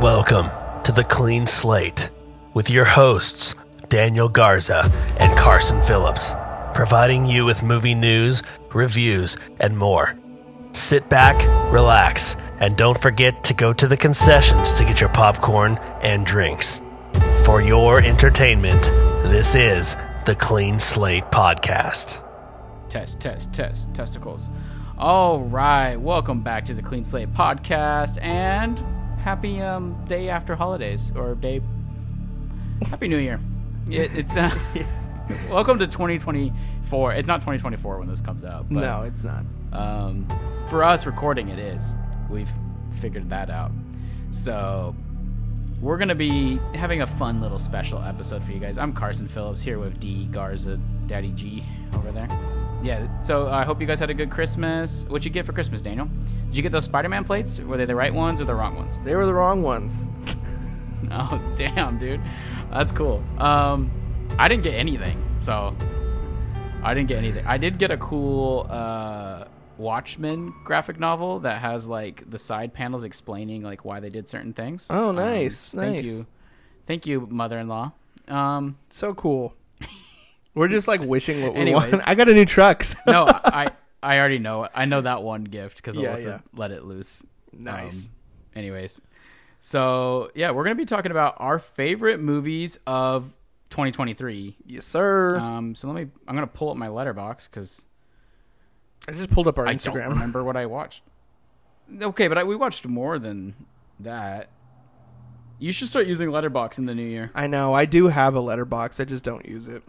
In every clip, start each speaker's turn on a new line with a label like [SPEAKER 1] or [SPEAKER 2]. [SPEAKER 1] Welcome to The Clean Slate with your hosts, Daniel Garza and Carson Phillips, providing you with movie news, reviews, and more. Sit back, relax, and don't forget to go to the concessions to get your popcorn and drinks. For your entertainment, this is The Clean Slate Podcast.
[SPEAKER 2] Test, test, test, testicles. All right, welcome back to the Clean Slate podcast, and happy um, day after holidays or day. Happy New Year! It, it's uh, welcome to 2024. It's not 2024 when this comes out, but
[SPEAKER 3] No, it's not.
[SPEAKER 2] um, for us recording it is. We've figured that out. So we're gonna be having a fun little special episode for you guys. I'm Carson Phillips here with D Garza, Daddy G over there. Yeah. So I hope you guys had a good Christmas. What'd you get for Christmas, Daniel? Did you get those Spider-Man plates? Were they the right ones or the wrong ones?
[SPEAKER 3] They were the wrong ones.
[SPEAKER 2] Oh damn, dude, that's cool. Um, I didn't get anything, so I didn't get anything. I did get a cool uh, Watchmen graphic novel that has like the side panels explaining like why they did certain things.
[SPEAKER 3] Oh,
[SPEAKER 2] Um,
[SPEAKER 3] nice,
[SPEAKER 2] Thank
[SPEAKER 3] nice.
[SPEAKER 2] you, thank you, mother-in-law. Um,
[SPEAKER 3] So cool. We're just like wishing what we
[SPEAKER 2] Anyways.
[SPEAKER 3] want. I got a new truck. so-
[SPEAKER 2] no, I I already know. I know that one gift because
[SPEAKER 3] Yeah,
[SPEAKER 2] Alyssa
[SPEAKER 3] yeah.
[SPEAKER 2] let it loose.
[SPEAKER 3] Nice.
[SPEAKER 2] Um, anyways, so yeah, we're gonna be talking about our favorite movies of 2023.
[SPEAKER 3] yes, sir.
[SPEAKER 2] Um, so let me. I'm gonna pull up my letterbox because
[SPEAKER 3] I just pulled up our
[SPEAKER 2] I don't
[SPEAKER 3] Instagram.
[SPEAKER 2] remember what I watched. Okay, but I, we watched more than that. You should start using letterbox in the new year.
[SPEAKER 3] I know. I do have a letterbox. I just don't use it.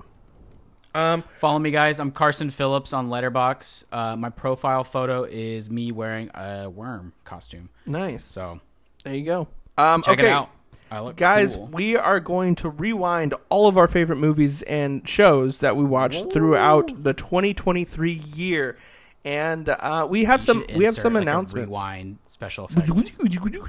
[SPEAKER 3] Um.
[SPEAKER 2] Follow me, guys. I'm Carson Phillips on Letterbox. Uh, my profile photo is me wearing a worm costume.
[SPEAKER 3] Nice.
[SPEAKER 2] So
[SPEAKER 3] There you go. Um.
[SPEAKER 2] check
[SPEAKER 3] okay.
[SPEAKER 2] it out. I look
[SPEAKER 3] Guys,
[SPEAKER 2] cool.
[SPEAKER 3] we are going to rewind all of our favorite movies and shows that we watched throughout the 2023 year, and uh, we have some
[SPEAKER 2] Should
[SPEAKER 3] we have
[SPEAKER 2] insert,
[SPEAKER 3] some
[SPEAKER 2] like, a
[SPEAKER 3] announcements.
[SPEAKER 2] rewind special effect.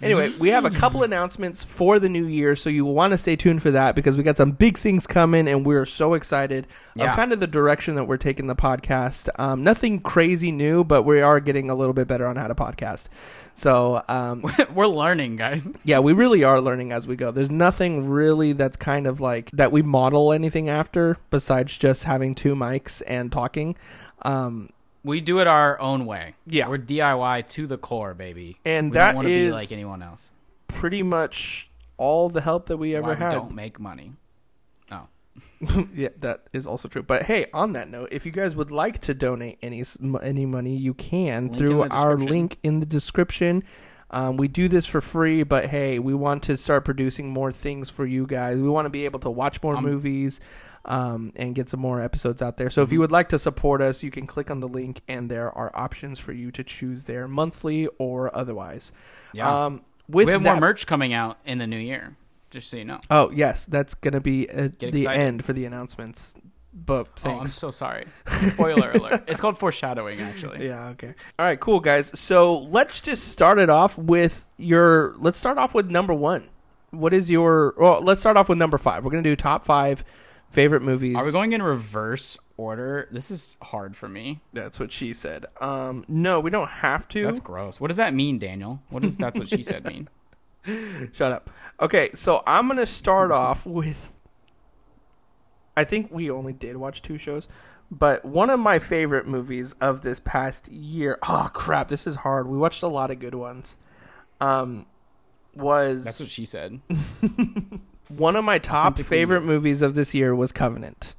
[SPEAKER 3] Anyway, we have a couple announcements for the new year, so you want to stay tuned for that because we got some big things coming, and we're so excited
[SPEAKER 2] Yeah.
[SPEAKER 3] of kind of the direction that we're taking the podcast. Um, nothing crazy new, but we are getting a little bit better on how to podcast. So, um,
[SPEAKER 2] We're learning, guys.
[SPEAKER 3] yeah, we really are learning as we go. There's nothing really that's kind of like that we model anything after besides just having two mics and talking. Um,
[SPEAKER 2] We do it our own way.
[SPEAKER 3] Yeah.
[SPEAKER 2] we're DIY to the core, baby.
[SPEAKER 3] And
[SPEAKER 2] we
[SPEAKER 3] that
[SPEAKER 2] don't wanna be
[SPEAKER 3] is-
[SPEAKER 2] like anyone else.
[SPEAKER 3] pretty much all the help that we ever
[SPEAKER 2] why
[SPEAKER 3] had.
[SPEAKER 2] we don't make money. Oh,
[SPEAKER 3] yeah, that is also true. But hey, on that note, if you guys would like to donate any s- m- any money, you can
[SPEAKER 2] Link in
[SPEAKER 3] through
[SPEAKER 2] the
[SPEAKER 3] our
[SPEAKER 2] description.
[SPEAKER 3] link in the description. Um, we do this for free, but hey, we want to start producing more things for you guys. We want to be able to watch more movies um, and get some more episodes out there. So
[SPEAKER 2] mm-hmm.
[SPEAKER 3] if you would like to support us, you can click on the link, and there are options for you to choose there monthly or otherwise.
[SPEAKER 2] Yeah.
[SPEAKER 3] Um, with
[SPEAKER 2] we have
[SPEAKER 3] that-
[SPEAKER 2] more merch coming out in the new year. Just so you know.
[SPEAKER 3] Oh yes, that's gonna be at
[SPEAKER 2] Get
[SPEAKER 3] the
[SPEAKER 2] excited.
[SPEAKER 3] end for the announcements. But
[SPEAKER 2] Oh, I'm
[SPEAKER 3] thanks.
[SPEAKER 2] so sorry. Spoiler alert. It's called foreshadowing, actually.
[SPEAKER 3] Yeah, okay. All right, cool guys. So let's just start it off with your let's start off with number 1. What is your well, let's start off with number 5. We're going to do top 5 favorite movies.
[SPEAKER 2] Are we going in reverse order? This is hard for me.
[SPEAKER 3] That's what she said. Um no, we don't have to.
[SPEAKER 2] That's gross. What does that mean, Daniel? What does that's what she said mean?
[SPEAKER 3] Shut up. Okay, so I'm going to start off with I think we only did watch two shows, but one of my favorite movies of this past year. Oh crap, this is hard. We watched a lot of good ones. Um was
[SPEAKER 2] That's what she said.
[SPEAKER 3] one of my top
[SPEAKER 2] Authentically
[SPEAKER 3] favorite movies of this year was Covenant.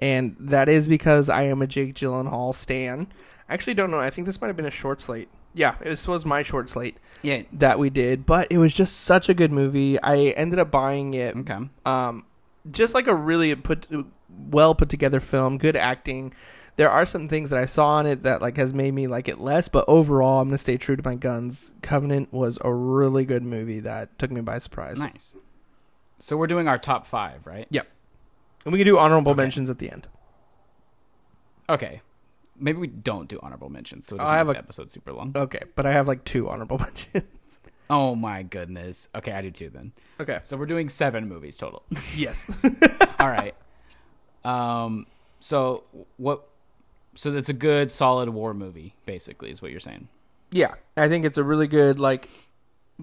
[SPEAKER 3] And that is because I am a Jake Gyllenhaal stan. I actually don't know. I think this might have been a short slate. Yeah, this was my short slate
[SPEAKER 2] Yeah.
[SPEAKER 3] that we did, but it was just such a good movie. I ended up buying it
[SPEAKER 2] Okay.
[SPEAKER 3] um, just like a really put well put together film, good acting. There are some things that I saw on it that like has made me like it less, but overall, I'm gonna stay true to my guns. Covenant was a really good movie that took me by surprise.
[SPEAKER 2] Nice. So we're doing our top five, right?
[SPEAKER 3] Yep. And we can do honorable
[SPEAKER 2] Okay.
[SPEAKER 3] mentions at the end.
[SPEAKER 2] Okay. Maybe we don't do honorable mentions, so it
[SPEAKER 3] I
[SPEAKER 2] doesn't
[SPEAKER 3] have
[SPEAKER 2] make
[SPEAKER 3] a-
[SPEAKER 2] the episode super long.
[SPEAKER 3] Okay, but I have like two honorable mentions.
[SPEAKER 2] Oh my goodness. Okay, I do too then.
[SPEAKER 3] okay.
[SPEAKER 2] So we're doing seven movies total.
[SPEAKER 3] Yes.
[SPEAKER 2] All right. Um. So what? So that's a good, solid war movie, basically, is what you're saying.
[SPEAKER 3] yeah, I think it's a really good like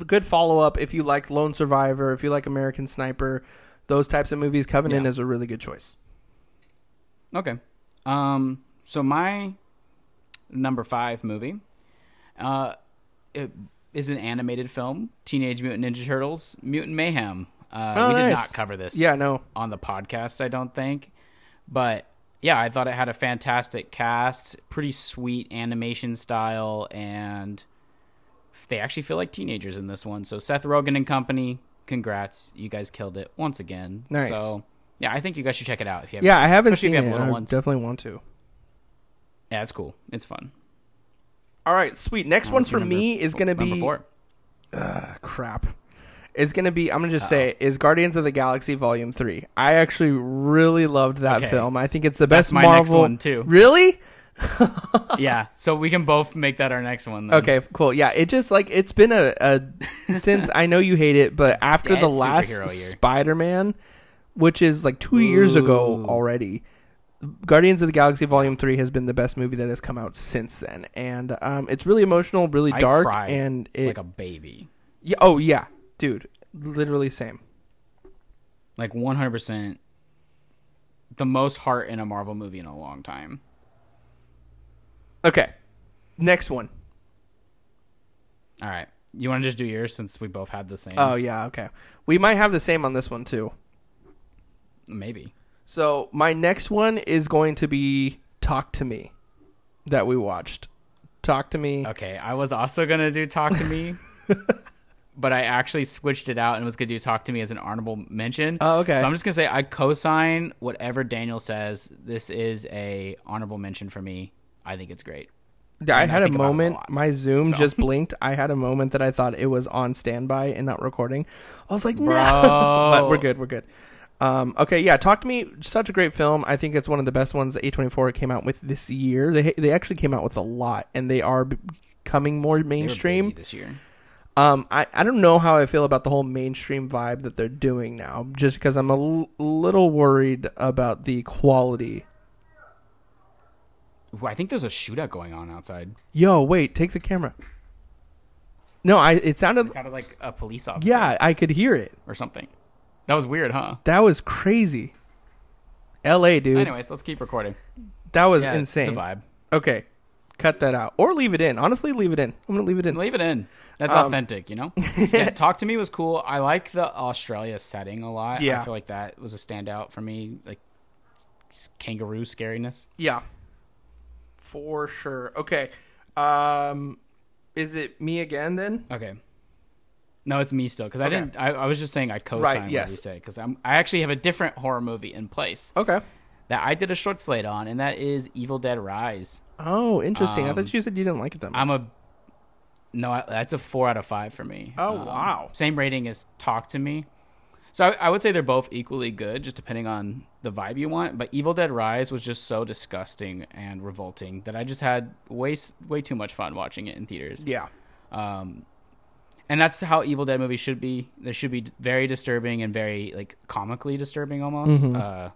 [SPEAKER 3] good follow up if you like Lone Survivor, if you like American Sniper, those types of movies. Covenant
[SPEAKER 2] Yeah.
[SPEAKER 3] is a really good choice.
[SPEAKER 2] Okay. Um, so my number five movie uh, it is an animated film, Teenage Mutant Ninja Turtles: Mutant Mayhem. Uh,
[SPEAKER 3] Oh,
[SPEAKER 2] we did
[SPEAKER 3] nice.
[SPEAKER 2] not cover this.
[SPEAKER 3] Yeah, no,
[SPEAKER 2] on the podcast, I don't think. But yeah, I thought it had a fantastic cast, pretty sweet animation style, and they actually feel like teenagers in this one. So Seth Rogen and company, congrats. You guys killed it once again.
[SPEAKER 3] Nice.
[SPEAKER 2] So yeah, I think you guys should check it out if you haven't.
[SPEAKER 3] yeah, I haven't
[SPEAKER 2] especially if
[SPEAKER 3] seen
[SPEAKER 2] you
[SPEAKER 3] it.
[SPEAKER 2] have little
[SPEAKER 3] I
[SPEAKER 2] ones.
[SPEAKER 3] definitely want to.
[SPEAKER 2] Yeah, it's cool. It's fun.
[SPEAKER 3] All right, sweet. Next one
[SPEAKER 2] What's
[SPEAKER 3] for
[SPEAKER 2] your number-
[SPEAKER 3] me is going to
[SPEAKER 2] number
[SPEAKER 3] be Ah,
[SPEAKER 2] four?
[SPEAKER 3] crap. It's gonna be. I'm gonna just say is Guardians of the Galaxy Volume Three. I actually really loved that
[SPEAKER 2] Okay.
[SPEAKER 3] film. I think it's the
[SPEAKER 2] That's
[SPEAKER 3] best
[SPEAKER 2] my
[SPEAKER 3] Marvel
[SPEAKER 2] next one, too.
[SPEAKER 3] Really?
[SPEAKER 2] yeah. So we can both make that our next one. Then.
[SPEAKER 3] Okay, cool. Yeah, it just like it's been a, a since I know you hate it, but after
[SPEAKER 2] Dead
[SPEAKER 3] the last
[SPEAKER 2] superhero year.
[SPEAKER 3] Spider-Man, which is like two years ago
[SPEAKER 2] Ooh.
[SPEAKER 3] already, Guardians of the Galaxy Volume Three has been the best movie that has come out since then, and um, it's really emotional, really
[SPEAKER 2] I
[SPEAKER 3] dark,
[SPEAKER 2] cried
[SPEAKER 3] and it.
[SPEAKER 2] like a baby.
[SPEAKER 3] yeah, oh yeah, dude, literally same.
[SPEAKER 2] like 100% the most heart in a Marvel movie in a long time.
[SPEAKER 3] Okay, next one.
[SPEAKER 2] All right. You want to just do yours since we both had the same?
[SPEAKER 3] Oh yeah, okay. We might have the same on this one too.
[SPEAKER 2] Maybe.
[SPEAKER 3] So my next one is going to be "Talk to Me," that we watched. "Talk to Me."
[SPEAKER 2] Okay. I was also going to do Talk to Me, but I actually switched it out and was going to do Talk to Me as an honorable mention.
[SPEAKER 3] Oh, okay.
[SPEAKER 2] So I'm just going to say I co sign whatever Daniel says. This is a honorable mention for me. I think it's great.
[SPEAKER 3] I
[SPEAKER 2] and I
[SPEAKER 3] had a
[SPEAKER 2] think about it a
[SPEAKER 3] moment.
[SPEAKER 2] lot,
[SPEAKER 3] my Zoom
[SPEAKER 2] so.
[SPEAKER 3] just blinked. I had a moment that I thought it was on standby and not recording. I was like, "No," but we're good. We're good. Um, okay, yeah. Talk to me. Such a great film. I think it's one of the best ones that A24 came out with this year. They they actually came out with a lot, and they are becoming more
[SPEAKER 2] They were
[SPEAKER 3] mainstream.
[SPEAKER 2] busy this year.
[SPEAKER 3] Um, I, I don't know how I feel about the whole mainstream vibe that they're doing now, just because I'm a l- little worried about the quality.
[SPEAKER 2] Ooh, I think there's a shootout going on outside.
[SPEAKER 3] Yo, wait, take the camera. No, I it sounded
[SPEAKER 2] It sounded like a police officer
[SPEAKER 3] yeah, I could hear it.
[SPEAKER 2] or something. That was weird, huh?
[SPEAKER 3] That was crazy. L.A. dude,
[SPEAKER 2] Anyways, let's keep recording.
[SPEAKER 3] that was
[SPEAKER 2] Yeah, it's-
[SPEAKER 3] insane.
[SPEAKER 2] It's a vibe.
[SPEAKER 3] Okay, cut that out or leave it in. Honestly, leave it in. I'm gonna leave it in.
[SPEAKER 2] Leave it in. That's
[SPEAKER 3] Um,
[SPEAKER 2] authentic, you know. Yeah, Talk to me was cool. I like the Australia setting a lot.
[SPEAKER 3] Yeah.
[SPEAKER 2] I feel like that was a standout for me. Like s- kangaroo scariness.
[SPEAKER 3] Yeah. For sure. Okay. Um, is it me again then?
[SPEAKER 2] Okay. No, it's me still because I
[SPEAKER 3] Okay.
[SPEAKER 2] didn't. I, I was just saying I co-signed what
[SPEAKER 3] yes.
[SPEAKER 2] you said because I'm. I actually have a different horror movie in place
[SPEAKER 3] Okay.
[SPEAKER 2] that I did a short slate on, and that is Evil Dead Rise.
[SPEAKER 3] Oh, interesting. I
[SPEAKER 2] Um,
[SPEAKER 3] thought you said you didn't like it that much.
[SPEAKER 2] I'm a. No, I- that's a four out of five for me. Um,
[SPEAKER 3] Oh, wow.
[SPEAKER 2] Same rating as Talk to Me. So I, I would say they're both equally good, just depending on the vibe you want. But Evil Dead Rise was just so disgusting and revolting that I just had way s- way too much fun watching it in theaters.
[SPEAKER 3] yeah.
[SPEAKER 2] And that's how Evil Dead movies should be. They should be very disturbing and very like comically disturbing almost.
[SPEAKER 3] Mm-hmm.
[SPEAKER 2] Uh,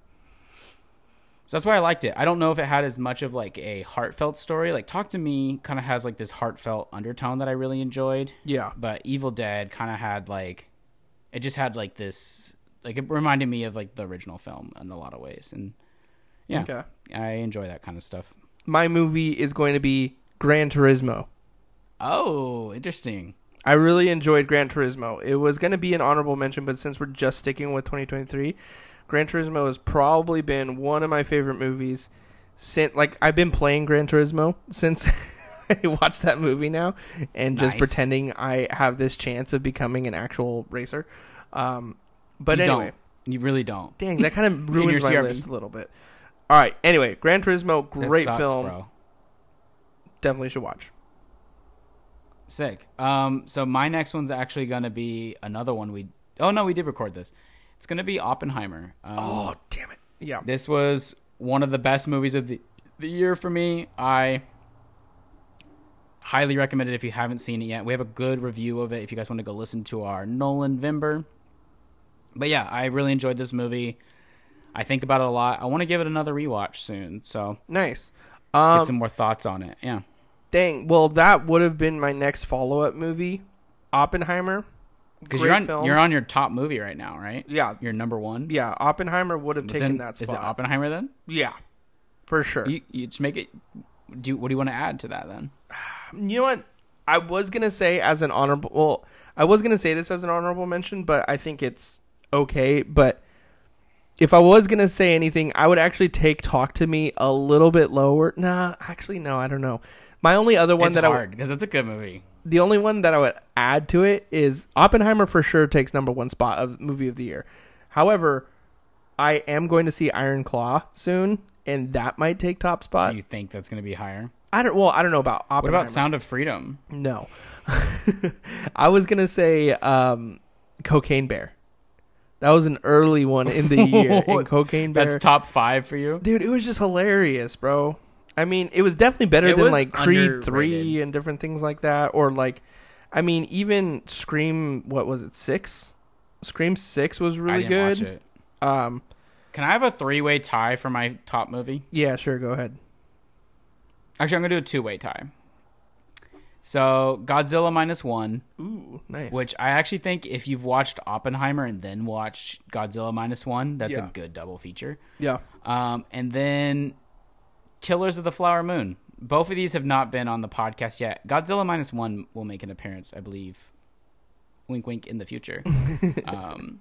[SPEAKER 2] so that's why I liked it. I don't know if it had as much of like a heartfelt story. Like Talk to Me kind of has like this heartfelt undertone that I really enjoyed
[SPEAKER 3] Yeah.
[SPEAKER 2] but Evil Dead kind of had like it just had like this like it reminded me of like the original film in a lot of ways and yeah
[SPEAKER 3] Okay.
[SPEAKER 2] I enjoy that kind of stuff.
[SPEAKER 3] My movie is going to be Gran Turismo.
[SPEAKER 2] Oh, interesting.
[SPEAKER 3] I really enjoyed Gran Turismo. It was going to be an honorable mention, but since we're just sticking with 2023, Gran Turismo has probably been one of my favorite movies since like I've been playing Gran Turismo since I watched that movie now and just
[SPEAKER 2] Nice.
[SPEAKER 3] pretending I have this chance of becoming an actual racer. Um but
[SPEAKER 2] you
[SPEAKER 3] anyway,
[SPEAKER 2] don't. you really don't.
[SPEAKER 3] Dang, that kind of
[SPEAKER 2] your
[SPEAKER 3] ruins my
[SPEAKER 2] CRV.
[SPEAKER 3] list a little bit. All right. Anyway, Gran Turismo,
[SPEAKER 2] That
[SPEAKER 3] great
[SPEAKER 2] sucks,
[SPEAKER 3] film.
[SPEAKER 2] bro.
[SPEAKER 3] Definitely should watch.
[SPEAKER 2] Sick. Um, so my next one's actually gonna be another one we. Oh no, we did record this. It's gonna be Oppenheimer. Um,
[SPEAKER 3] Oh, damn it. Yeah.
[SPEAKER 2] This was one of the best movies of the the year for me. I highly recommend it if you haven't seen it yet. We have a good review of it if you guys want to go listen to our Nolan Vimber. But yeah, I really enjoyed this movie. I think about it a lot. I want to give it another rewatch soon, so
[SPEAKER 3] Nice.
[SPEAKER 2] get
[SPEAKER 3] Um,
[SPEAKER 2] some more thoughts on it. Yeah.
[SPEAKER 3] dang. Well, that would have been my next follow up movie, Oppenheimer.
[SPEAKER 2] Because
[SPEAKER 3] great
[SPEAKER 2] you're on
[SPEAKER 3] film.
[SPEAKER 2] you're on your top movie right now, right?
[SPEAKER 3] Yeah.
[SPEAKER 2] Your number one.
[SPEAKER 3] Yeah, Oppenheimer would have
[SPEAKER 2] But
[SPEAKER 3] taken
[SPEAKER 2] then,
[SPEAKER 3] that spot.
[SPEAKER 2] Is it Oppenheimer then?
[SPEAKER 3] yeah, for sure.
[SPEAKER 2] You, you just make it. Do what do you want to add to that then?
[SPEAKER 3] you know what? I was gonna say as an honorable. Well, I was gonna say this as an honorable mention, but I think it's okay. But if I was gonna say anything, I would actually take "Talk to Me" a little bit lower. Nah, actually, no, I don't know. My only other one
[SPEAKER 2] it's
[SPEAKER 3] that I
[SPEAKER 2] hard because it's a good movie.
[SPEAKER 3] the only one that I would add to it is Oppenheimer for sure takes number one spot of movie of the year. However, I am going to see Iron Claw soon, and that might take top spot.
[SPEAKER 2] Do you think that's going to be higher?
[SPEAKER 3] I don't. Well, I don't know about
[SPEAKER 2] What
[SPEAKER 3] Oppenheimer.
[SPEAKER 2] about Sound of Freedom?
[SPEAKER 3] No. I was going to say um, Cocaine Bear. That was an early one in the year. in Cocaine Bear.
[SPEAKER 2] That's top five for you.
[SPEAKER 3] Dude, it was just hilarious, bro. I mean, it was definitely better
[SPEAKER 2] It
[SPEAKER 3] than
[SPEAKER 2] was
[SPEAKER 3] like Creed
[SPEAKER 2] underrated.
[SPEAKER 3] 3 and different things like that. Or like, I mean, even Scream, what was it, 6? Scream 6 was really
[SPEAKER 2] I didn't
[SPEAKER 3] good.
[SPEAKER 2] Watch it.
[SPEAKER 3] Um,
[SPEAKER 2] Can I have a three way tie for my top movie?
[SPEAKER 3] yeah, sure, go ahead.
[SPEAKER 2] Actually, I'm gonna do a two way tie. So Godzilla minus one,
[SPEAKER 3] Ooh, nice.
[SPEAKER 2] which I actually think if you've watched Oppenheimer and then watched Godzilla minus one, that's
[SPEAKER 3] Yeah.
[SPEAKER 2] a good double feature.
[SPEAKER 3] yeah.
[SPEAKER 2] Um, and then Killers of the Flower Moon. Both of these have not been on the podcast yet. Godzilla minus one will make an appearance, I believe. Wink, wink, in the future. um,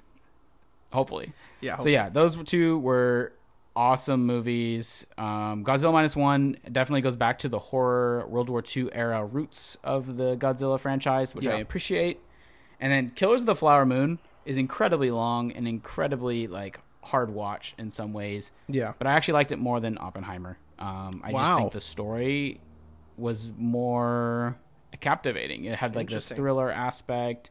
[SPEAKER 2] hopefully.
[SPEAKER 3] Yeah.
[SPEAKER 2] So yeah, those two were awesome movies. Um, Godzilla minus one definitely goes back to the horror World War II era roots of the Godzilla franchise, which
[SPEAKER 3] Yeah.
[SPEAKER 2] I appreciate. And then Killers of the Flower Moon is incredibly long and incredibly like hard watch in some ways,
[SPEAKER 3] Yeah.
[SPEAKER 2] but I actually liked it more than Oppenheimer. Um, I just
[SPEAKER 3] Wow.
[SPEAKER 2] think the story was more captivating. It had like this
[SPEAKER 3] Interesting.
[SPEAKER 2] thriller aspect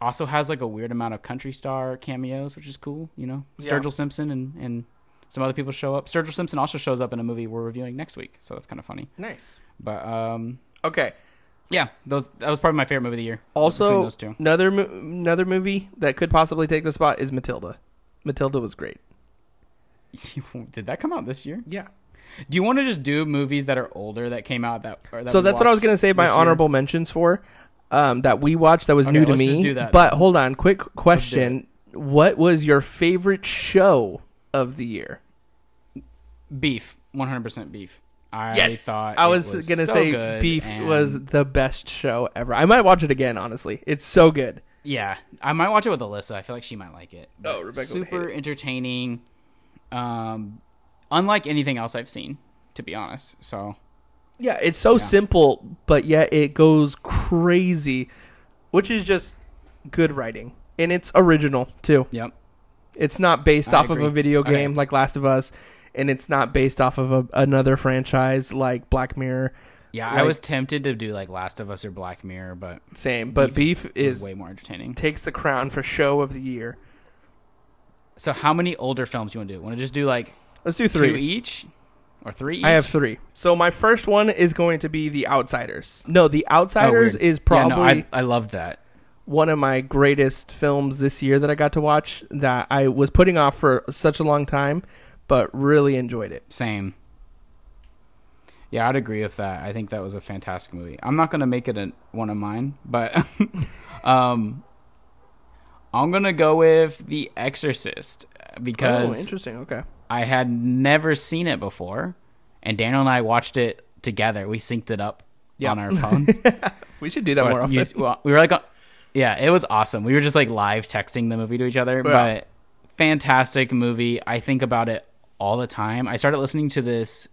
[SPEAKER 2] also has like a weird amount of country star cameos, which is cool. You know,
[SPEAKER 3] Yeah.
[SPEAKER 2] Sturgill Simpson and and some other people show up. Sturgill Simpson also shows up in a movie we're reviewing next week, so that's kind of funny.
[SPEAKER 3] Nice.
[SPEAKER 2] But um,
[SPEAKER 3] Okay.
[SPEAKER 2] yeah, those that was probably my favorite movie of the year. between
[SPEAKER 3] Also,
[SPEAKER 2] those two.
[SPEAKER 3] another mo- another movie that could possibly take the spot is Matilda. Matilda was great.
[SPEAKER 2] Did that come out this year?
[SPEAKER 3] Yeah.
[SPEAKER 2] Do you want to just do movies that are older that came out that? Or that
[SPEAKER 3] so
[SPEAKER 2] we
[SPEAKER 3] that's what I was
[SPEAKER 2] watched
[SPEAKER 3] gonna say. My
[SPEAKER 2] this year?
[SPEAKER 3] honorable mentions for um, that we watched that was
[SPEAKER 2] Okay,
[SPEAKER 3] new to
[SPEAKER 2] let's just
[SPEAKER 3] me.
[SPEAKER 2] do that
[SPEAKER 3] But hold on, quick question: What was your favorite show of the year?
[SPEAKER 2] Beef, one hundred percent beef. I thought
[SPEAKER 3] I
[SPEAKER 2] it
[SPEAKER 3] was, gonna
[SPEAKER 2] so
[SPEAKER 3] say
[SPEAKER 2] good
[SPEAKER 3] Beef
[SPEAKER 2] and-
[SPEAKER 3] was the best show ever. I might watch it again. Honestly, it's so good.
[SPEAKER 2] Yeah, I might watch it with Alyssa. I feel like she might like it.
[SPEAKER 3] Oh, Rebecca would hate
[SPEAKER 2] super entertaining. Um, unlike anything else I've seen, to be honest. So
[SPEAKER 3] Yeah, it's so simple, but yet it goes crazy, which is just good writing, and it's original too.
[SPEAKER 2] yep,
[SPEAKER 3] It's not based
[SPEAKER 2] I
[SPEAKER 3] off
[SPEAKER 2] agree.
[SPEAKER 3] of a video
[SPEAKER 2] Okay.
[SPEAKER 3] game like Last of Us, and it's not based off of a, another franchise like Black Mirror.
[SPEAKER 2] yeah. I
[SPEAKER 3] Like-
[SPEAKER 2] was tempted to do like Last of Us or Black Mirror, but
[SPEAKER 3] Same, but Beef,
[SPEAKER 2] it was
[SPEAKER 3] is
[SPEAKER 2] way more entertaining.
[SPEAKER 3] takes the crown for show of the year.
[SPEAKER 2] So how many older films do you want to do? Want to just do like
[SPEAKER 3] Let's do
[SPEAKER 2] two
[SPEAKER 3] three.
[SPEAKER 2] each or three? Each?
[SPEAKER 3] I have three. So my first one is going to be The Outsiders. No, The Outsiders is probably
[SPEAKER 2] Oh, Yeah, no, I, I loved that.
[SPEAKER 3] one of my greatest films this year that I got to watch that I was putting off for such a long time, but really enjoyed it.
[SPEAKER 2] Same. Yeah, I'd agree with that. I think that was a fantastic movie. I'm not gonna make it a, one of mine, but um, I'm gonna go with The Exorcist
[SPEAKER 3] Oh,
[SPEAKER 2] because
[SPEAKER 3] interesting. Okay.
[SPEAKER 2] I had never seen it before, and Daniel and I watched it together. We synced it up
[SPEAKER 3] Yeah.
[SPEAKER 2] on our phones.
[SPEAKER 3] We should do that
[SPEAKER 2] Or
[SPEAKER 3] more often.
[SPEAKER 2] you- well, we were like, on- yeah, it was awesome. We were just like live texting the movie to each other, but fantastic movie. I think about it all the time. I started listening to this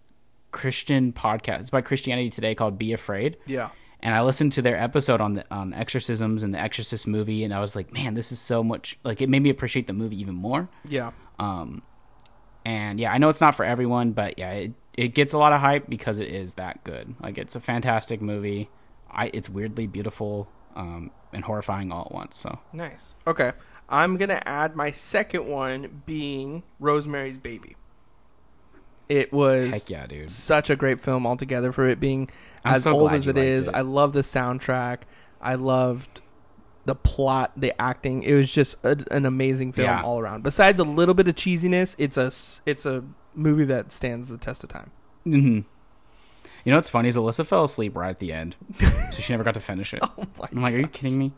[SPEAKER 2] Christian podcast. It's by Christianity Today called Be Afraid.
[SPEAKER 3] Yeah.
[SPEAKER 2] And I listened to their episode on the on exorcisms and the Exorcist movie, and I was like, man, this is so much. Like, it made me appreciate the movie even more.
[SPEAKER 3] Yeah.
[SPEAKER 2] Um, and yeah, I know it's not for everyone, but yeah, it, it gets a lot of hype because it is that good. Like it's a fantastic movie. I it's weirdly beautiful um, and horrifying all at once. So
[SPEAKER 3] Nice. Okay. I'm going to add my second one being Rosemary's Baby. It was
[SPEAKER 2] heck yeah, dude.
[SPEAKER 3] such a great film altogether for it being
[SPEAKER 2] I'm
[SPEAKER 3] as
[SPEAKER 2] so
[SPEAKER 3] old
[SPEAKER 2] glad
[SPEAKER 3] as
[SPEAKER 2] you
[SPEAKER 3] it
[SPEAKER 2] liked
[SPEAKER 3] is.
[SPEAKER 2] it.
[SPEAKER 3] I love the soundtrack. I loved the plot, the acting. It was just a, an amazing film
[SPEAKER 2] Yeah.
[SPEAKER 3] all around. Besides a little bit of cheesiness, it's a s- it's a movie that stands the test of time.
[SPEAKER 2] hmm You know what's funny is Alyssa fell asleep right at the end, so she never got to finish it.
[SPEAKER 3] Oh
[SPEAKER 2] I'm like, are you kidding me?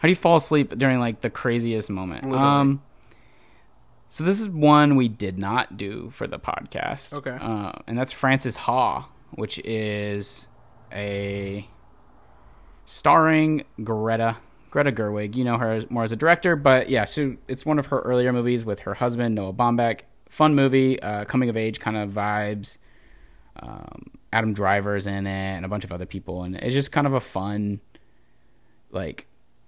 [SPEAKER 2] How do you fall asleep during like the craziest moment?
[SPEAKER 3] Literally.
[SPEAKER 2] Um, so this is one we did not do for the podcast.
[SPEAKER 3] Okay.
[SPEAKER 2] uh, and that's Francis Ha, which is a starring Greta Greta Gerwig. You know her as- more as a director, but yeah, so it's one of her earlier movies with her husband Noah Baumbach. Fun movie, uh, coming of age kind of vibes. Um, Adam Driver's in it, and a bunch of other people, and it's just kind of a fun, like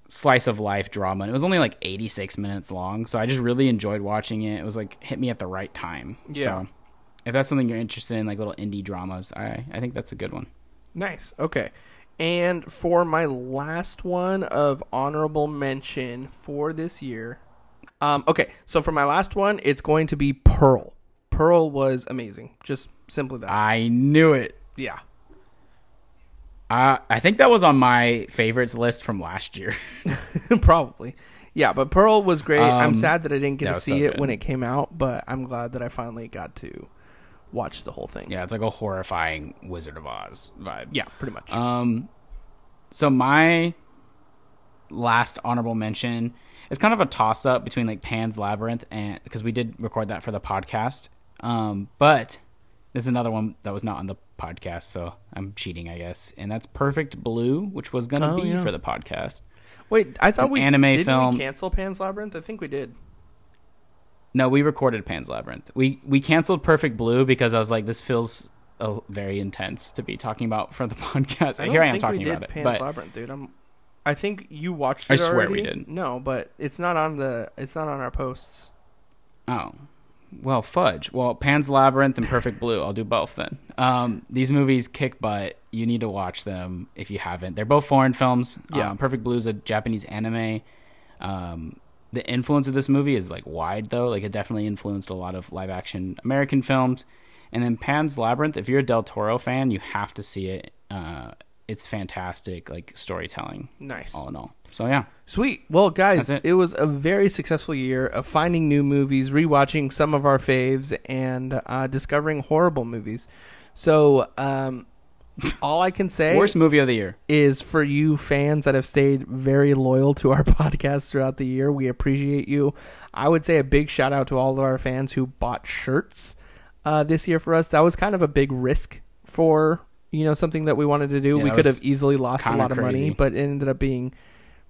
[SPEAKER 2] slice of life drama. And it was only like 86 minutes long, so I just really enjoyed watching it. It was like hit me at the right time.
[SPEAKER 3] Yeah.
[SPEAKER 2] So if that's something you're interested in, like little indie dramas, I I think that's a good one.
[SPEAKER 3] Nice. Okay. And for my last one of honorable mention for this year, um, okay. So for my last one, it's going to be Pearl. Pearl was amazing. Just simply that.
[SPEAKER 2] I knew it.
[SPEAKER 3] yeah.
[SPEAKER 2] I I think that was on my favorites list from last year.
[SPEAKER 3] Probably. Yeah, but Pearl was great. I'm
[SPEAKER 2] Um,
[SPEAKER 3] sad that I didn't get
[SPEAKER 2] that
[SPEAKER 3] to
[SPEAKER 2] was so
[SPEAKER 3] see it
[SPEAKER 2] good.
[SPEAKER 3] when it came out, but I'm glad that I finally got to watch the whole thing.
[SPEAKER 2] yeah, it's like a horrifying Wizard of Oz vibe.
[SPEAKER 3] Yeah, pretty much.
[SPEAKER 2] Um, so my last honorable mention is kind of a toss up between like Pan's Labyrinth and because we did record that for the podcast. Um, but this is another one that was not on the podcast, so I'm cheating, I guess. And that's Perfect Blue, which was gonna
[SPEAKER 3] Oh,
[SPEAKER 2] be
[SPEAKER 3] yeah.
[SPEAKER 2] for the podcast.
[SPEAKER 3] Wait, I thought
[SPEAKER 2] an
[SPEAKER 3] we
[SPEAKER 2] anime
[SPEAKER 3] didn't we
[SPEAKER 2] film.
[SPEAKER 3] cancel Pan's Labyrinth. I think we did.
[SPEAKER 2] No, we recorded Pan's Labyrinth. We we canceled Perfect Blue because I was like, this feels uh, very intense to be talking about for the podcast.
[SPEAKER 3] don't
[SPEAKER 2] Here I am
[SPEAKER 3] think
[SPEAKER 2] talking
[SPEAKER 3] we did
[SPEAKER 2] about it,
[SPEAKER 3] Pan's
[SPEAKER 2] but
[SPEAKER 3] Labyrinth, dude. I'm. I think you watched. It
[SPEAKER 2] I swear we
[SPEAKER 3] already.
[SPEAKER 2] did.
[SPEAKER 3] No, but it's not on the. It's not on our posts.
[SPEAKER 2] Oh. Well, fudge. Well, Pan's Labyrinth and Perfect Blue. I'll do both then. Um, these movies kick butt. You need to watch them if you haven't. They're both foreign films.
[SPEAKER 3] Yeah.
[SPEAKER 2] Um, Perfect Blue is a Japanese anime. Um, the influence of this movie is like wide though. Like it definitely influenced a lot of live action American films. And then Pan's Labyrinth. If you're a Del Toro fan, you have to see it. Uh, it's fantastic, like storytelling,
[SPEAKER 3] Nice.
[SPEAKER 2] all in all. So yeah.
[SPEAKER 3] Sweet. Well, guys,
[SPEAKER 2] Oh. That's
[SPEAKER 3] it.
[SPEAKER 2] it.
[SPEAKER 3] was a very successful year of finding new movies, rewatching some of our faves, and uh, discovering horrible movies. So, um, all I can say
[SPEAKER 2] Worst movie of the year.
[SPEAKER 3] is for you fans that have stayed very loyal to our podcast throughout the year. We appreciate you. I would say a big shout out to all of our fans who bought shirts uh, this year for us. That was kind of a big risk for you know something that we wanted to do.
[SPEAKER 2] Yeah,
[SPEAKER 3] we
[SPEAKER 2] that
[SPEAKER 3] could
[SPEAKER 2] was
[SPEAKER 3] have easily lost a
[SPEAKER 2] kinda
[SPEAKER 3] lot of money,
[SPEAKER 2] crazy.
[SPEAKER 3] but it ended up being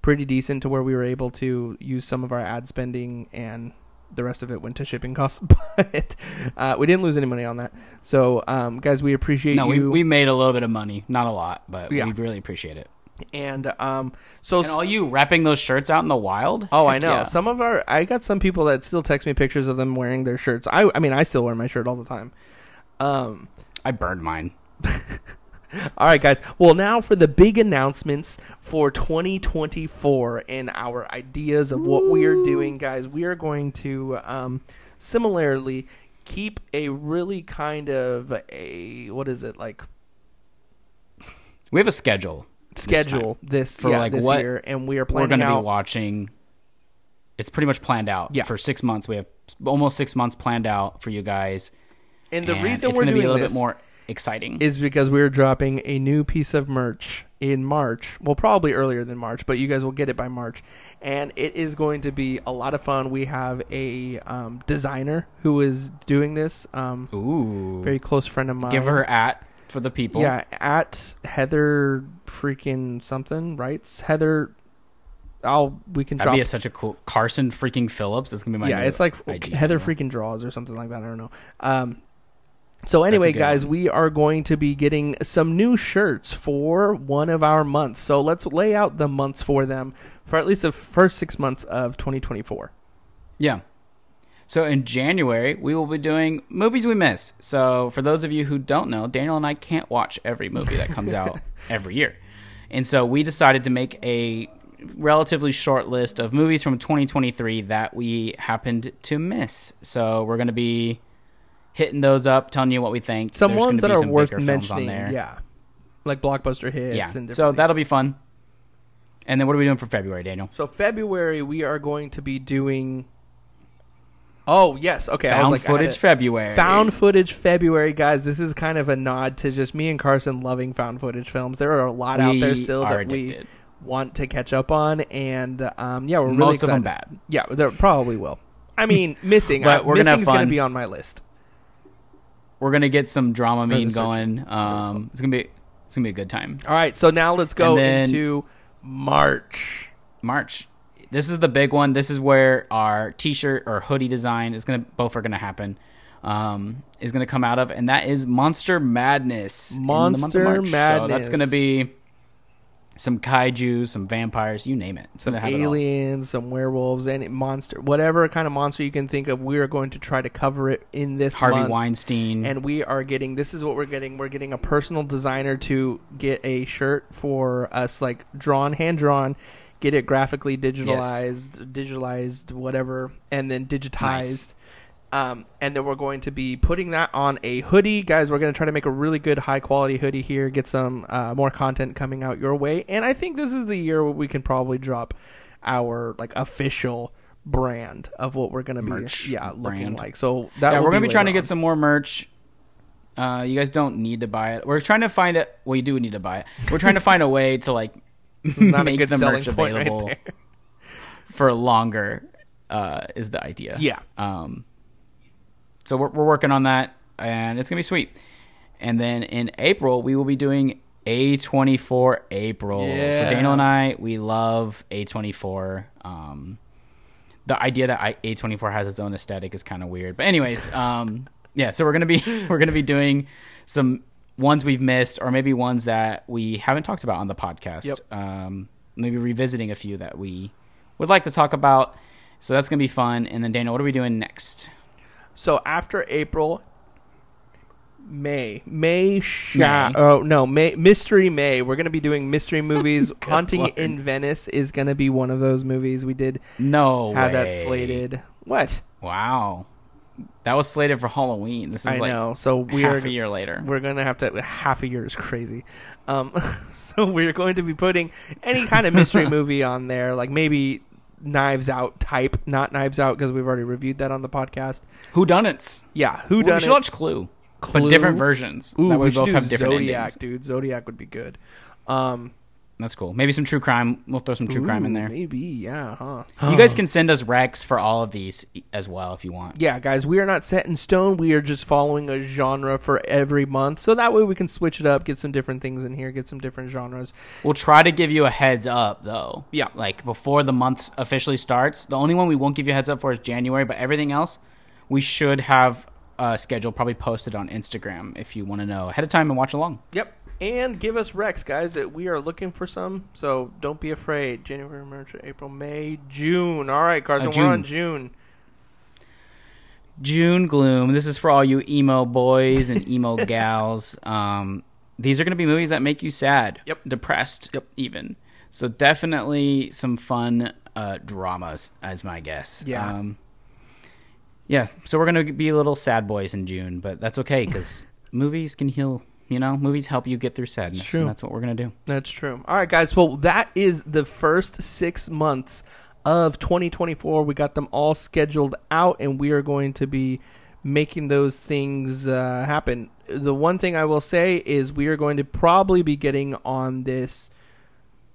[SPEAKER 3] pretty decent to where we were able to use some of our ad spending and the rest of it went to shipping costs but uh, we didn't lose any money on that so um, guys we appreciate
[SPEAKER 2] No, we,
[SPEAKER 3] you
[SPEAKER 2] we made a little bit of money. Not a lot, but
[SPEAKER 3] Yeah.
[SPEAKER 2] we really appreciate it.
[SPEAKER 3] and um, so
[SPEAKER 2] And all you wrapping those shirts out in the wild?
[SPEAKER 3] Oh, I
[SPEAKER 2] Heck
[SPEAKER 3] know.
[SPEAKER 2] yeah.
[SPEAKER 3] Some of our I got some people that still text me pictures of them wearing their shirts. I I mean, I still wear my shirt all the time. Um
[SPEAKER 2] I burned mine.
[SPEAKER 3] all right, guys. Well, now for the big announcements for 2024 and our ideas of what we are doing, guys. We are going to um, similarly keep a really kind of a what is it like
[SPEAKER 2] We have a schedule. this
[SPEAKER 3] schedule
[SPEAKER 2] time.
[SPEAKER 3] this
[SPEAKER 2] For,
[SPEAKER 3] yeah,
[SPEAKER 2] like,
[SPEAKER 3] this
[SPEAKER 2] what
[SPEAKER 3] year, and we are
[SPEAKER 2] We're going
[SPEAKER 3] planning
[SPEAKER 2] to be
[SPEAKER 3] out
[SPEAKER 2] watching. It's pretty much planned out.
[SPEAKER 3] Yeah.
[SPEAKER 2] For six months, we have almost six months planned out for you guys.
[SPEAKER 3] and the
[SPEAKER 2] and
[SPEAKER 3] reason
[SPEAKER 2] it's
[SPEAKER 3] we're
[SPEAKER 2] gonna
[SPEAKER 3] doing
[SPEAKER 2] be a little
[SPEAKER 3] this
[SPEAKER 2] bit more exciting.
[SPEAKER 3] is because we're dropping a new piece of merch in March. Well, probably earlier than March, but you guys will get it by March. And it is going to be a lot of fun. We have a um, designer who is doing this, um,
[SPEAKER 2] Ooh.
[SPEAKER 3] very close friend of mine.
[SPEAKER 2] Give her at for the people.
[SPEAKER 3] Yeah, at Heather freaking something, right? Heather. I'll we can
[SPEAKER 2] That'd
[SPEAKER 3] drop
[SPEAKER 2] be a, such a cool Carson freaking Phillips. That's gonna be my
[SPEAKER 3] yeah,
[SPEAKER 2] new
[SPEAKER 3] it's like
[SPEAKER 2] IG
[SPEAKER 3] Heather
[SPEAKER 2] handle.
[SPEAKER 3] freaking draws or something like that. I don't know. Um, so anyway,
[SPEAKER 2] good
[SPEAKER 3] guys,
[SPEAKER 2] one.
[SPEAKER 3] we are going to be getting some new shirts for one of our months. So let's lay out the months for them for at least the first six months of 2024.
[SPEAKER 2] Yeah. So in January, we will be doing movies we missed. So for those of you who don't know, Daniel and I can't watch every movie that comes out every year. And so we decided to make a relatively short list of movies from 2023 that we happened to miss. So we're going to be hitting those up, telling you what we think.
[SPEAKER 3] Some
[SPEAKER 2] There's
[SPEAKER 3] ones
[SPEAKER 2] gonna
[SPEAKER 3] that
[SPEAKER 2] be
[SPEAKER 3] are
[SPEAKER 2] some
[SPEAKER 3] worth
[SPEAKER 2] bigger films on
[SPEAKER 3] mentioning,
[SPEAKER 2] there.
[SPEAKER 3] yeah, like blockbuster hits.
[SPEAKER 2] Yeah.
[SPEAKER 3] and different
[SPEAKER 2] So that'll
[SPEAKER 3] things.
[SPEAKER 2] be fun. And then what are we doing for February, Daniel?
[SPEAKER 3] So February we are going to be doing Oh yes, okay. I was
[SPEAKER 2] Found
[SPEAKER 3] like, I had
[SPEAKER 2] footage
[SPEAKER 3] it.
[SPEAKER 2] February.
[SPEAKER 3] Found footage February, guys. This is kind of a nod to just me and Carson loving found footage films. There are a lot out
[SPEAKER 2] We
[SPEAKER 3] there still
[SPEAKER 2] are
[SPEAKER 3] that
[SPEAKER 2] addicted.
[SPEAKER 3] we want to catch up on, and um, yeah, we're really
[SPEAKER 2] Most of them
[SPEAKER 3] excited.
[SPEAKER 2] bad.
[SPEAKER 3] Yeah, there probably will. I mean, missing.
[SPEAKER 2] But
[SPEAKER 3] I,
[SPEAKER 2] we're gonna have
[SPEAKER 3] missing's going
[SPEAKER 2] fun.
[SPEAKER 3] to be on my list.
[SPEAKER 2] We're gonna get some drama
[SPEAKER 3] Or the
[SPEAKER 2] mean
[SPEAKER 3] search.
[SPEAKER 2] going. Um, it's gonna be it's gonna be a good time.
[SPEAKER 3] All right, so now let's go
[SPEAKER 2] And then-
[SPEAKER 3] into March.
[SPEAKER 2] March. This is the big one. This is where our t-shirt or hoodie design is gonna both are gonna happen. Um, is gonna come out of, and that is Monster Madness. in the month of
[SPEAKER 3] Monster
[SPEAKER 2] March. So
[SPEAKER 3] Madness.
[SPEAKER 2] that's gonna be some kaiju, some vampires, you name it. It's gonna have it all.
[SPEAKER 3] Aliens, some werewolves, and monster, whatever kind of monster you can think of, we are going to try to cover it in this
[SPEAKER 2] Harvey
[SPEAKER 3] month.
[SPEAKER 2] Weinstein.
[SPEAKER 3] and we are getting this is what we're getting we're getting a personal designer to get a shirt for us like drawn hand drawn get it graphically digitalized digitalized whatever and then digitized
[SPEAKER 2] Nice.
[SPEAKER 3] um, and then we're going to be putting that on a hoodie guys we're going to try to make a really good high quality hoodie here get some uh, more content coming out your way and i think this is the year where we can probably drop our like official brand of what we're going to
[SPEAKER 2] Merch
[SPEAKER 3] be yeah looking
[SPEAKER 2] brand.
[SPEAKER 3] like so that
[SPEAKER 2] yeah,
[SPEAKER 3] will
[SPEAKER 2] we're gonna be trying to
[SPEAKER 3] later on.
[SPEAKER 2] get some more merch. Uh, you guys don't need to buy it. We're trying to find it. Well, you do need to buy it. We're trying to find a way to like
[SPEAKER 3] not a
[SPEAKER 2] make
[SPEAKER 3] good
[SPEAKER 2] the
[SPEAKER 3] selling
[SPEAKER 2] merch
[SPEAKER 3] point right
[SPEAKER 2] available
[SPEAKER 3] there.
[SPEAKER 2] for longer. Uh, is the idea?
[SPEAKER 3] Yeah.
[SPEAKER 2] Um, so we're, we're working on that, and it's gonna be sweet. And then in April, we will be doing a twenty four April. So
[SPEAKER 3] Yeah.
[SPEAKER 2] Daniel and I, we love a twenty four. Um, the idea that I, A24 has its own aesthetic is kind of weird. But anyways, um, yeah, so we're gonna be we're gonna be doing some ones we've missed, or maybe ones that we haven't talked about on the podcast.
[SPEAKER 3] Yep.
[SPEAKER 2] Um, maybe revisiting a few that we would like to talk about. So that's gonna be fun. And then Daniel, what are we doing next?
[SPEAKER 3] So after April, May, May, Sha-
[SPEAKER 2] May.
[SPEAKER 3] oh no, May, Mystery May. We're gonna be doing mystery movies. Haunting
[SPEAKER 2] Lord.
[SPEAKER 3] in Venice is gonna be one of those movies. We did
[SPEAKER 2] No, way.
[SPEAKER 3] have that slated. What
[SPEAKER 2] Wow, that was slated for Halloween. This is
[SPEAKER 3] I
[SPEAKER 2] like
[SPEAKER 3] know. So we
[SPEAKER 2] half
[SPEAKER 3] are
[SPEAKER 2] a year later.
[SPEAKER 3] We're gonna have to. Half a year is crazy. Um, so we're going to be putting any kind of mystery movie on there, like maybe Knives Out type, not Knives Out because we've already reviewed that on the podcast.
[SPEAKER 2] Who done it?
[SPEAKER 3] Yeah, who
[SPEAKER 2] We
[SPEAKER 3] does?
[SPEAKER 2] should watch Clue,
[SPEAKER 3] Clue?
[SPEAKER 2] but different versions.
[SPEAKER 3] Ooh,
[SPEAKER 2] that way
[SPEAKER 3] we
[SPEAKER 2] we
[SPEAKER 3] should
[SPEAKER 2] both
[SPEAKER 3] do
[SPEAKER 2] have different
[SPEAKER 3] Zodiac,
[SPEAKER 2] endings.
[SPEAKER 3] dude. Zodiac would be good. Um,
[SPEAKER 2] That's cool. Maybe some true crime. We'll throw some true crime in
[SPEAKER 3] ooh,
[SPEAKER 2] there.
[SPEAKER 3] Maybe, yeah, huh?
[SPEAKER 2] You guys can send us recs for all of these e, as well if you want.
[SPEAKER 3] Yeah, guys, we are not set in stone. We are just following a genre for every month, so that way we can switch it up, get some different things in here, get some different genres.
[SPEAKER 2] We'll try to give you a heads up though.
[SPEAKER 3] Yeah.
[SPEAKER 2] Like before the month officially starts. The only one we won't give you a heads up for is January, but everything else we should have a schedule probably posted on Instagram if you want to know ahead of time and watch along.
[SPEAKER 3] Yep, and give us Rex, guys. That we are looking for some, so don't be afraid. January, March, April, May, June. All right, Carson,
[SPEAKER 2] Uh,
[SPEAKER 3] we're on June.
[SPEAKER 2] June Gloom. This is for all you emo boys and emo gals. Um, these are going to be movies that make you sad,
[SPEAKER 3] Yep.
[SPEAKER 2] depressed,
[SPEAKER 3] Yep.
[SPEAKER 2] even. So definitely some fun uh, dramas, as my guess.
[SPEAKER 3] Yeah.
[SPEAKER 2] Um, yeah. So we're going to be little sad boys in June, but that's okay because movies can heal. You know, movies help you get through sadness,
[SPEAKER 3] true.
[SPEAKER 2] and that's what we're going to do.
[SPEAKER 3] That's true. All right, guys. Well, that is the first six months of 2024. We got them all scheduled out, and we are going to be making those things uh, happen. The one thing I will say is we are going to probably be getting on this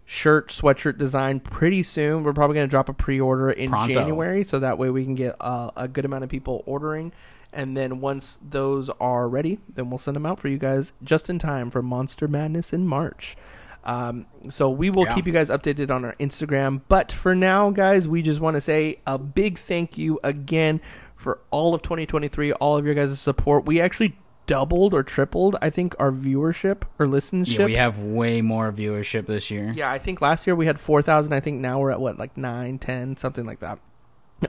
[SPEAKER 3] shirt sweatshirt design pretty soon. We're probably going to drop a pre-order in
[SPEAKER 2] Pronto.
[SPEAKER 3] January, so that way we can get uh, a good amount of people ordering. And then once those are ready, then we'll send them out for you guys just in time for Monster Madness in March. Um, so we will
[SPEAKER 2] Yeah.
[SPEAKER 3] keep you guys updated on our Instagram. But for now, guys, we just want to say a big thank you again for all of 2023, all of your guys' support. We actually doubled or tripled, I think, our viewership or listenership.
[SPEAKER 2] Yeah, we have way more viewership this year.
[SPEAKER 3] Yeah, I think last year we had 4,000. I think now we're at what, like 9, 10, something like that.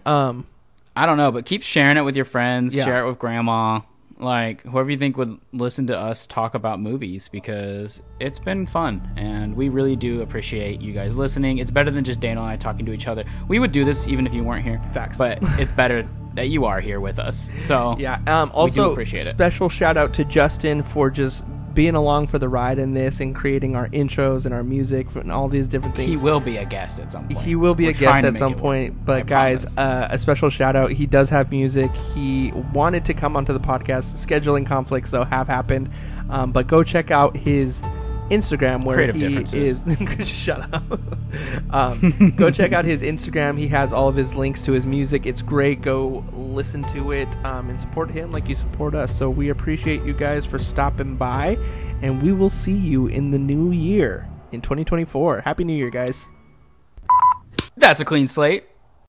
[SPEAKER 3] Um,
[SPEAKER 2] I don't know, but keep sharing it with your friends.
[SPEAKER 3] Yeah.
[SPEAKER 2] Share it with grandma. Like whoever you think would listen to us talk about movies because it's been fun and we really do appreciate you guys listening. It's better than just Daniel and I talking to each other. We would do this even if you weren't here.
[SPEAKER 3] Facts.
[SPEAKER 2] But it's better that you are here with us. So
[SPEAKER 3] yeah. Um, also,
[SPEAKER 2] appreciate it.
[SPEAKER 3] special shout out to Justin for just being along for the ride in this and creating our intros and our music and all these different
[SPEAKER 2] He
[SPEAKER 3] things.
[SPEAKER 2] will be a guest at some point.
[SPEAKER 3] He will be
[SPEAKER 2] We're
[SPEAKER 3] a
[SPEAKER 2] trying
[SPEAKER 3] guest
[SPEAKER 2] to
[SPEAKER 3] at
[SPEAKER 2] make
[SPEAKER 3] some
[SPEAKER 2] it work.
[SPEAKER 3] point.
[SPEAKER 2] I
[SPEAKER 3] But guys,
[SPEAKER 2] promise.
[SPEAKER 3] uh, a special shout out. He does have music. He wanted to come onto the podcast. Scheduling conflicts though have happened. Um, but go check out his Instagram where
[SPEAKER 2] Creative
[SPEAKER 3] he
[SPEAKER 2] differences.
[SPEAKER 3] is. Shut up. um, go check out his Instagram. He has all of his links to his music. It's great. Go listen to it um, and support him like you support us. So we appreciate you guys for stopping by, and we will see you in the new year in 2024. Happy New Year, guys.
[SPEAKER 2] that's a clean slate.